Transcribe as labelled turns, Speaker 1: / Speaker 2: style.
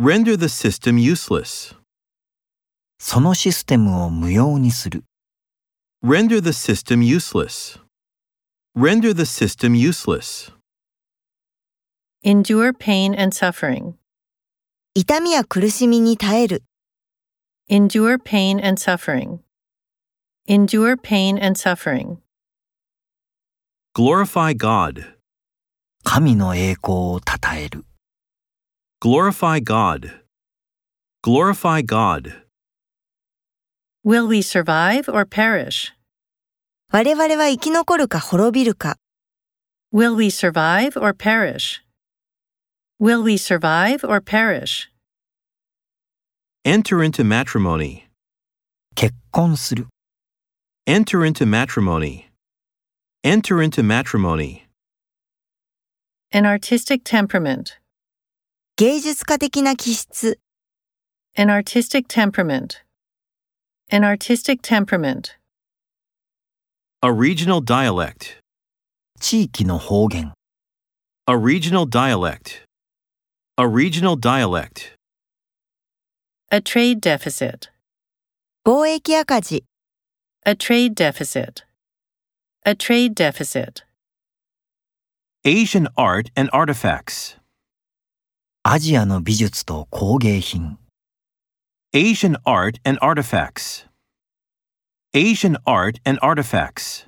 Speaker 1: Render the system useless.
Speaker 2: そのシステムを無用にする。
Speaker 1: Render the system useless. Render the system useless.
Speaker 3: Endure pain and suffering.
Speaker 4: 痛みや苦しみに耐える。
Speaker 3: Endure pain and suffering. Endure pain and suffering.
Speaker 1: Glorify God.
Speaker 2: 神の栄光を称える。
Speaker 1: Glorify God. Glorify God.
Speaker 3: Will we survive or perish?
Speaker 4: 我々は生き残るか滅びるか。
Speaker 3: Will we survive or perish? Will we survive or perish?
Speaker 1: Enter into matrimony.
Speaker 2: 結婚する。
Speaker 1: Enter into matrimony. Enter into matrimony.
Speaker 3: An artistic temperament.
Speaker 4: 芸術家的な気質。
Speaker 3: An artistic temperament. An artistic temperament.
Speaker 1: A regional dialect.
Speaker 2: 地域の方言。
Speaker 1: A regional dialect. A regional dialect.
Speaker 3: A trade deficit.
Speaker 4: 貿易赤字。
Speaker 3: A trade deficit. A trade deficit.
Speaker 1: Asian art and artifacts.
Speaker 2: アジアの美術と工芸品。
Speaker 1: Asian art and artifacts. Asian art and artifacts.